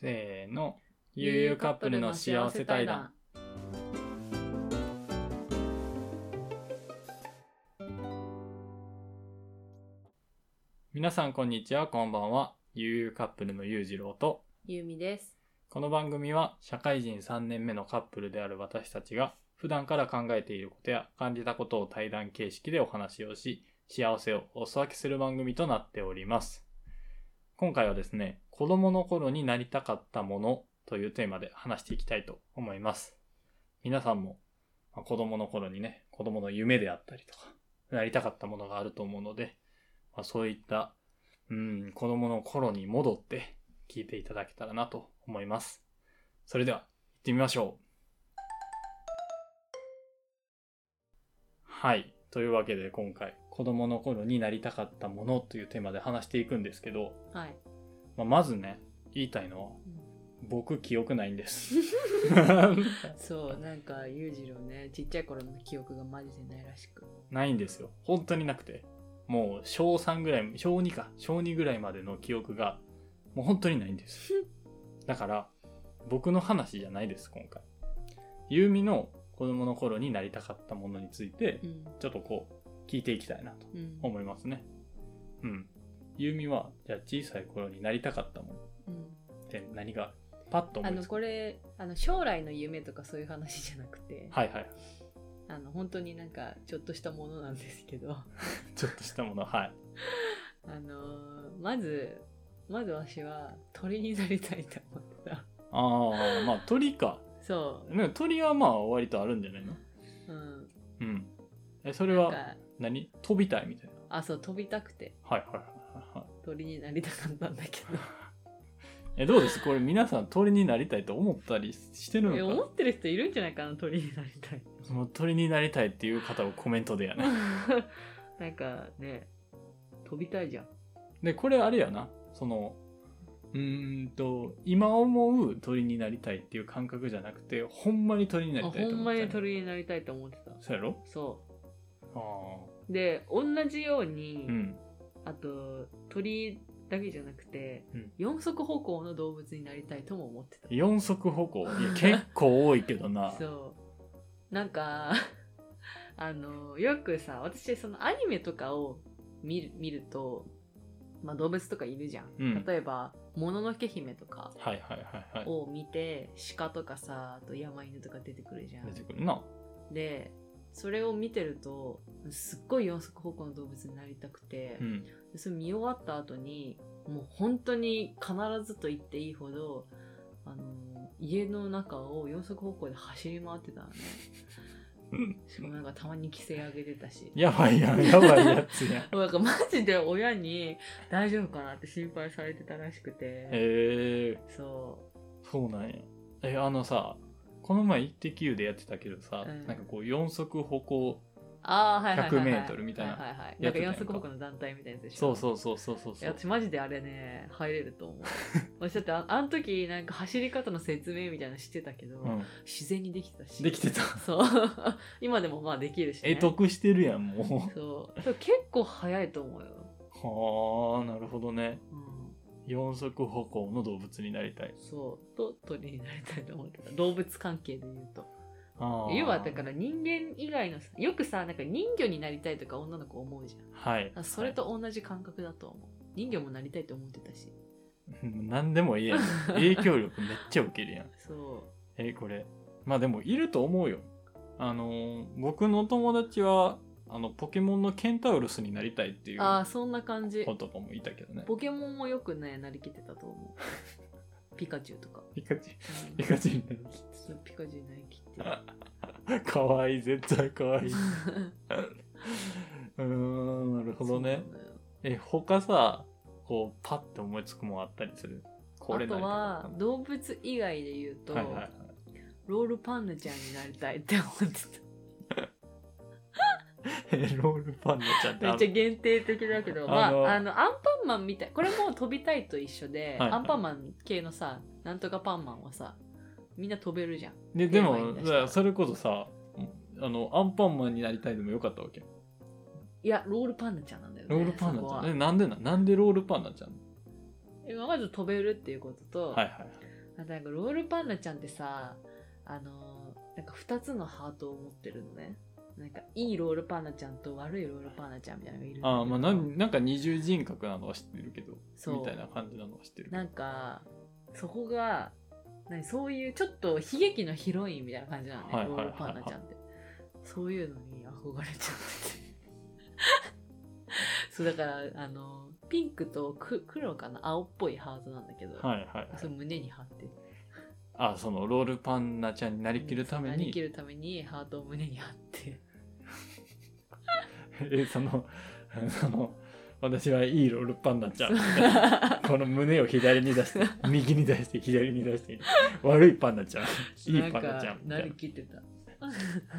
せーの。悠々カップルの幸せ対談。皆さんこんにちは、こんばんは。悠々カップルのゆうじろうと、ゆうみです。この番組は社会人3年目のカップルである私たちが、普段から考えていることや感じたことを対談形式でお話をし、幸せをお裾分けする番組となっております。今回はですね、子供の頃になりたかったものというテーマで話していきたいと思います。皆さんも、まあ子供の頃にね、子供の夢であったりとか、なりたかったものがあると思うので、まあ、そういった、うん、子供の頃に戻って聞いていただけたらなと思います。それでは、行ってみましょう。はい。というわけで今回、子供の頃になりたかったものというテーマで話していくんですけど、はい。まあ、まずね、言いたいのは、僕記憶ないんです。そう、なんか、ゆうじろうね、ちっちゃい頃の記憶がマジでないらしく。ないんですよ。本当になくて。もう小3ぐらい、小2か、小2ぐらいまでの記憶が、もう本当にないんです。だから、僕の話じゃないです、今回。ゆうみの子供の頃になりたかったものについてう、ん。ちょっとこう、聞いていきたいなとうん。思いますね。うん。ゆうみは、じゃあ小さい頃になりたかったものうんって何が、パッと思あいの、つくこれ、あの、将来の夢とかそういう話じゃなくて、はいはい。あの、本当になんか、ちょっとしたものなんですけど、 あちょっとしたもの、はい。のーまず、まずわしは鳥になりたいと思ってた。ああ、まあ鳥か。そでも鳥はまあ割とあるんじゃないのう。うん。うん。え、それなんはか、何、飛びたいみたいな。あ、そう、飛びたくてはいはいはいはい。鳥に なりたかったんだけど。え、どうですこれ皆さん鳥になりたいと思ったりしてるえの思かってる人いるんじゃないかな鳥になりたいその鳥になりたいっていう方をコメントでやね。なんかね飛びたいじゃんで、これあれやな。その、うーんと、今思う鳥になりたいっていう感覚じゃなくて、ほんまに鳥になありたいほとん思っまた、に。鳥になりたいと思ってたそうやろそあうで同じように、あ。うん。あと鳥だけじゃなくて、うん四足歩行の動物になりたいとも思ってた四足歩行。いや、結構多いけど な。そうなんか あのよくさ私そのアニメとかを見る見ると、まあ、動物とかいるじゃん、うん例えば「もののけ姫」とかはいはいはいはい。を見て鹿とかさあと山犬とか出てくるじゃ出てんくるな。でそれを見てるとすっごい四足歩行の動物になりたくて、うん。でそれ見終わった後にもう本当に必ずと言っていいほどあの家の中を四足歩行で走り回ってたのねうんしかもなんかたまに規制上げてたしやばいやん、やばいやつ やん。なんかマジで親に大丈夫かなって心配されてたらしくて、へえそうそうなんや。え、あのさ、この前、イッテ Q でやってたけどさ、うんなんかこう、四足歩行、ああ、はいはいはい、はい。 100 m みたいなはいはいはい、なやんつかだよ四足歩行の団体みたいなやつでしそょ。うそうそうそうそういそやう。私マジであれね、入れる と思う。私だってあ、あの時なんか走り方の説明みたいなのしてたけど、うん、自然にできてたし。できてた。そう。 今でもまあできるし、ね。え、得してるやん、もそう。でも結構早いと思うよ。 う。はあ、なるほどね。うん。四足歩行の動物になりたい。そう。と鳥になりたいと思ってた。動物関係で言うと。ああ。要はだから人間以外のさよくさ、なんか人魚になりたいとか女の子思うじゃん。はい。あそれと同じ感覚だと思う。人魚もなりたいと思ってたし。はい。何でもいいやん。影響力めっちゃ受けるやん。そ。え、これ。まあでも、いると思うよ。あのー僕の友達は、あの、ポケモンのケンタウルスになりたいっていううああ、そんな感じ子。とかもいたけどね。ポケモンもよくね、なりきってたと思 う。ピカチュウとか。ピカチュウ。うんピカチュウになりきっそうピカチュウになりきってかわいい、絶対か わいい。うる。ーん、なるほどねそ。うなのよえ、他さ、こう、パッて思いつくもんあったりする。これあとはな、り動物以外で言うと、たかったなはいはい。ロールパンナちゃんになりたいって思って。え、ロールパンナちゃんったてめあっちゃる限定的だけど、まあのあ、あの、アンパンマンみたい。これも飛びたいと一緒で、はいはいアンパンマン系のさ、なんとかパンマンはさ、みんな飛べるじゃん。で、でテーマも、に出だしたからそれこそさ、あの、アンパンマンになりたいでもよかったわけ。いや、ロールパンナちゃんなんだよね。ロールパンそこナはちゃん。え、なんでな、なんでロールパンナちゃんえまず飛べるっていうことと、はいはい。あとなんかロールパンダちゃんってさあのーなんか2つのハートを持ってるのねなんかいいロールパンダちゃんと悪いロールパンダちゃんみたいなのがいるんだけどああ、まあなん、なんか二重人格なのは知ってるけど、そうみたいな感じなのは知ってるけど。なんかそこが何そういうちょっと悲劇のヒロインみたいな感じなのね、はいはいはいはいロールパンダちゃんってそういうのに憧れちゃって てそうだからあのピンクとく黒かな青っぽいハートなんだけど、はいはい。それ胸に貼ってあそのロールパンナちゃんになりきるためなりにき、るためにハートを胸に貼ってえ、その、 その、私はいいロールパンナちゃんみたいな。この胸を左に出して、右に出して、左に出して、悪いパンナちゃん、 いいパンナちゃんみたなんかないりな。きってた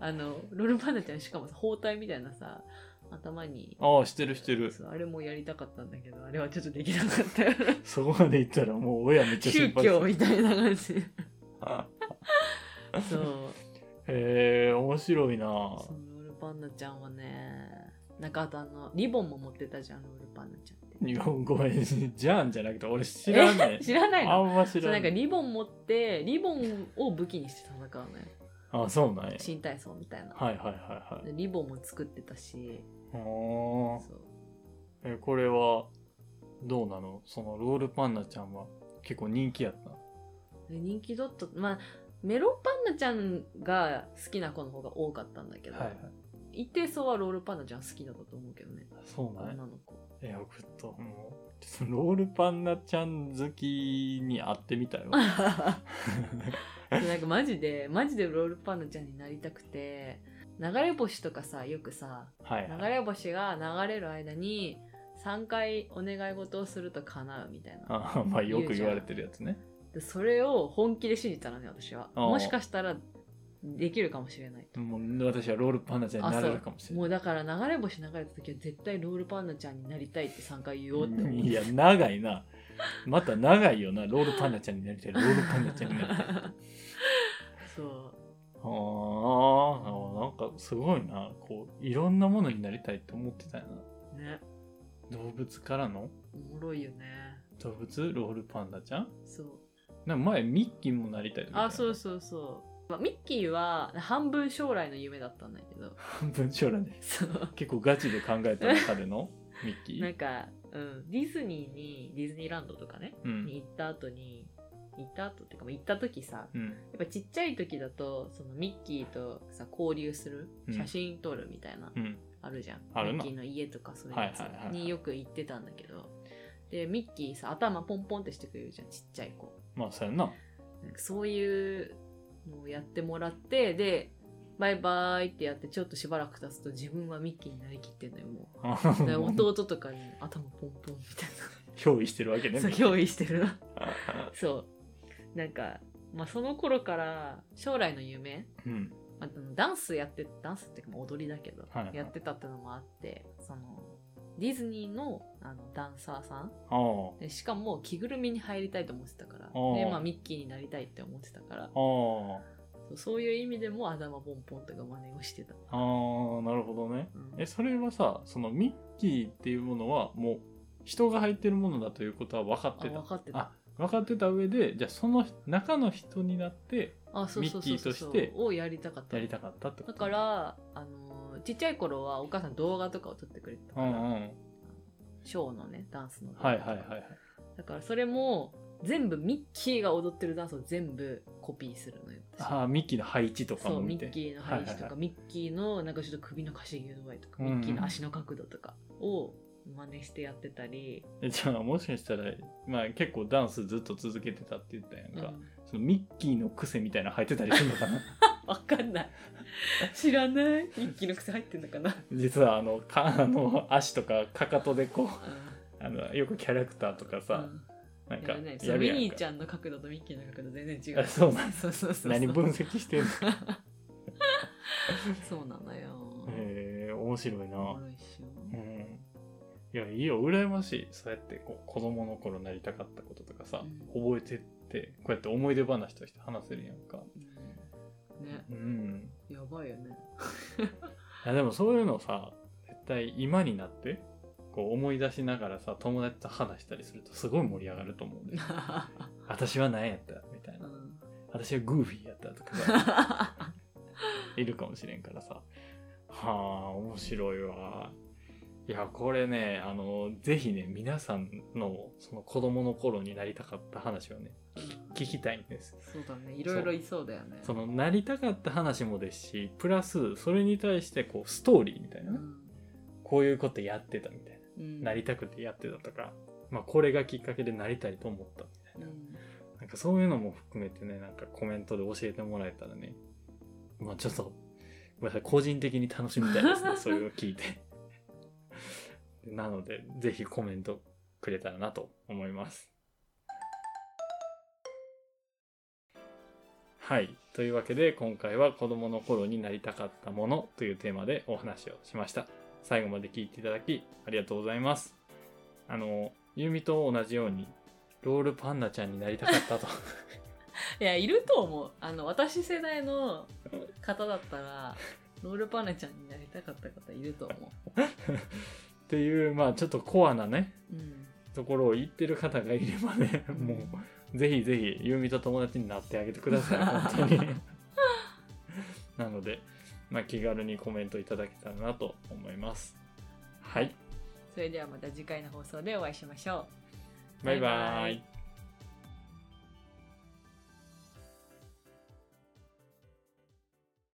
あのロールパンダちゃんしかもさ包帯みたいなさ頭にああ、してるしてる。そうあれもやりたかったんだけどあれはちょっとできなかっ たよそこまで行ったらもう親めっちゃ急心配す遽る。みたいな 感じでそうへえ、面白いなそのロールパンダちゃんはねなんかあとあのリボンも持ってたじゃんロールパンダちゃんって日本語めん、じゃんじゃなくて、俺知らないえ。知らないあのんま知そうらななんかい。リボン持ってリボンを武器にして戦うのよあ、そうなんや。新体操みたいな、はいはいはいはいでリボンも作ってたし。おーそうえ、これは、どうなのそのロールパンナちゃんは結構人気やったの。で人気だったまあメロンパンナちゃんが好きな子の方が多かったんだけど、はいはい。一定層はロールパンナちゃん好きだったと思うけどねそうなんや。女の子 いや、僕と、もう、ちょっとロールパンナちゃん好きに会ってみた よ。なんかマジでマジでロールパンナちゃんになりたくて流れ星とかさよくさはい流はい。れ星が流れる間に3回お願い事をすると叶うみたいなあまあ、よく言われてるやつね。でそれを本気で信じたのね私はあーもしかしたらできるかもしれないもう、私はロールパンナちゃんになれるかもしれもなうだから流れ星流れた時は絶対ロールパンナちゃんになりたいって3回言おうってい。思ういや、長いな。また長いよな。ロールパンナちゃんになりたい。ロールパンナちゃんになり たい。あそうあ、なんかすごいな。こう、いろんなものになりたいって思ってたよな。ね動物からのおもろいよね動物ロールパンダちゃんそうなんか前ミッキーもなりたいとか言あってた そようそうそう、まあ、ミッキーは半分将来の夢だったんだけど 半分将来ねそう結構ガチで考えた中で のミッキなんー、か、うん、ディズニーにディズニーランドとかね、うんに行った後に行った後っていうかまあ行った時さうん、やっぱちっちゃい時だとそのミッキーとさ交流するうん写真撮るみたいな、うん、あるじゃんあるなミッキーの家とかそういうやつはいはいはいはいによく行ってたんだけど、でミッキーさ頭ポンポンってしてくれるじゃんちっちゃい子まあそうやんななんかそういうのをやってもらってでバイバイってやってちょっとしばらく経つと自分はミッキーになりきってんのよも う で弟とかに頭ポンポンみたい憑依してるわけねな そう憑依してるなあそうなんか、まあ、その頃から将来の夢 うんまあ、ダンスやってダンスっていうかまあ踊りだけど、はいはいやってたってのもあってそのディズニーのあのダンサーさんああでしかも着ぐるみに入りたいと思ってたからおーで、まあ、ミッキーになりたいって思ってたからあそうそういう意味でも頭ポンポンとか真似をしてた、ああーなるほどねうんえそれはさそのミッキーっていうものはもう人が入ってるものだということは分かっあてた分かってあた分かってた上でじゃあその中の人になってあそうそうそうそうそうミッキーとしてをやりたかったやりたかったってこだとからあのちっちゃい頃はお母さん動画とかを撮ってくれてたうから、んうんはいショーのねダンスの動画はいとかはいはいだからそれも全部ミッキーが踊ってるダンスを全部コピーするのよ私ああミッキーの配置とかそもう見ミてッキーの配置とか、はいはいミッキーのなんかちょっと首のかしげ具合とか、うんうんミッキーの足の角度とかを真似してやってたり、えじゃあもしかしたら、まあ、結構ダンスずっと続けてたって言ったやんうか、んそのミッキーの癖みたいなの入ってたりするの かなわかんない 知らないミッキーの癖入ってんの かな、実はあのかあの足とかかかとでこうあのよくキャラクターとかさ、なんうんかやるねそやうるミやんニーかちゃんの角度とミッキーの角度全然違あうそうなん そうそうそうそう何分析してん のそうなのよ、へえ面白いな、おもろいっしょうんいやいいよ羨ましいそうやってこう子供の頃なりたかったこととかさ、う覚えてってこうやって思い出話として話せるやんかうんねうんやばいよね いやでもそういうのさ絶対今になってこう思い出しながらさ友達と話したりするとすごい盛り上がると思うんだよ 私は何やったみたいな私はグーフィーやったとかさいるかもしれんからさはあ面白いわいやこれねあのぜひね皆さんのその子供の頃になりたかった話をね聞きたいんですそうだねいろいろいそうだよねそのなりたかった話もですしプラスそれに対してこうストーリーみたいなね、こういうことやってたみたいななりたたくてやってたとか、まあ、これがきっかけでなりたいと思ったみたいな、なんかそういうのも含めてねなんかコメントで教えてもらえたらねまあちょっとごめんなさい個人的に楽しみたいですねそれを聞いてなのでぜひコメントくれたらなと思いますはいというわけで今回は子供の頃になりたかったものというテーマでお話をしました最後まで聞いていただきありがとうございますあのゆみと同じようにロールパンナちゃんになりたかったと いやいると思うあの私世代の方だっ たらロールパネちゃんになりたかった方いると思っていうまあちょっとコアなねう、うん、ところを言ってる方がいればねもうぜひぜひゆみと友達になってあげてください本当に なので、まあ、気軽にコメントいただけたらなと思いますはいそれではまた次回の放送でお会いしましょうバイババイバイイ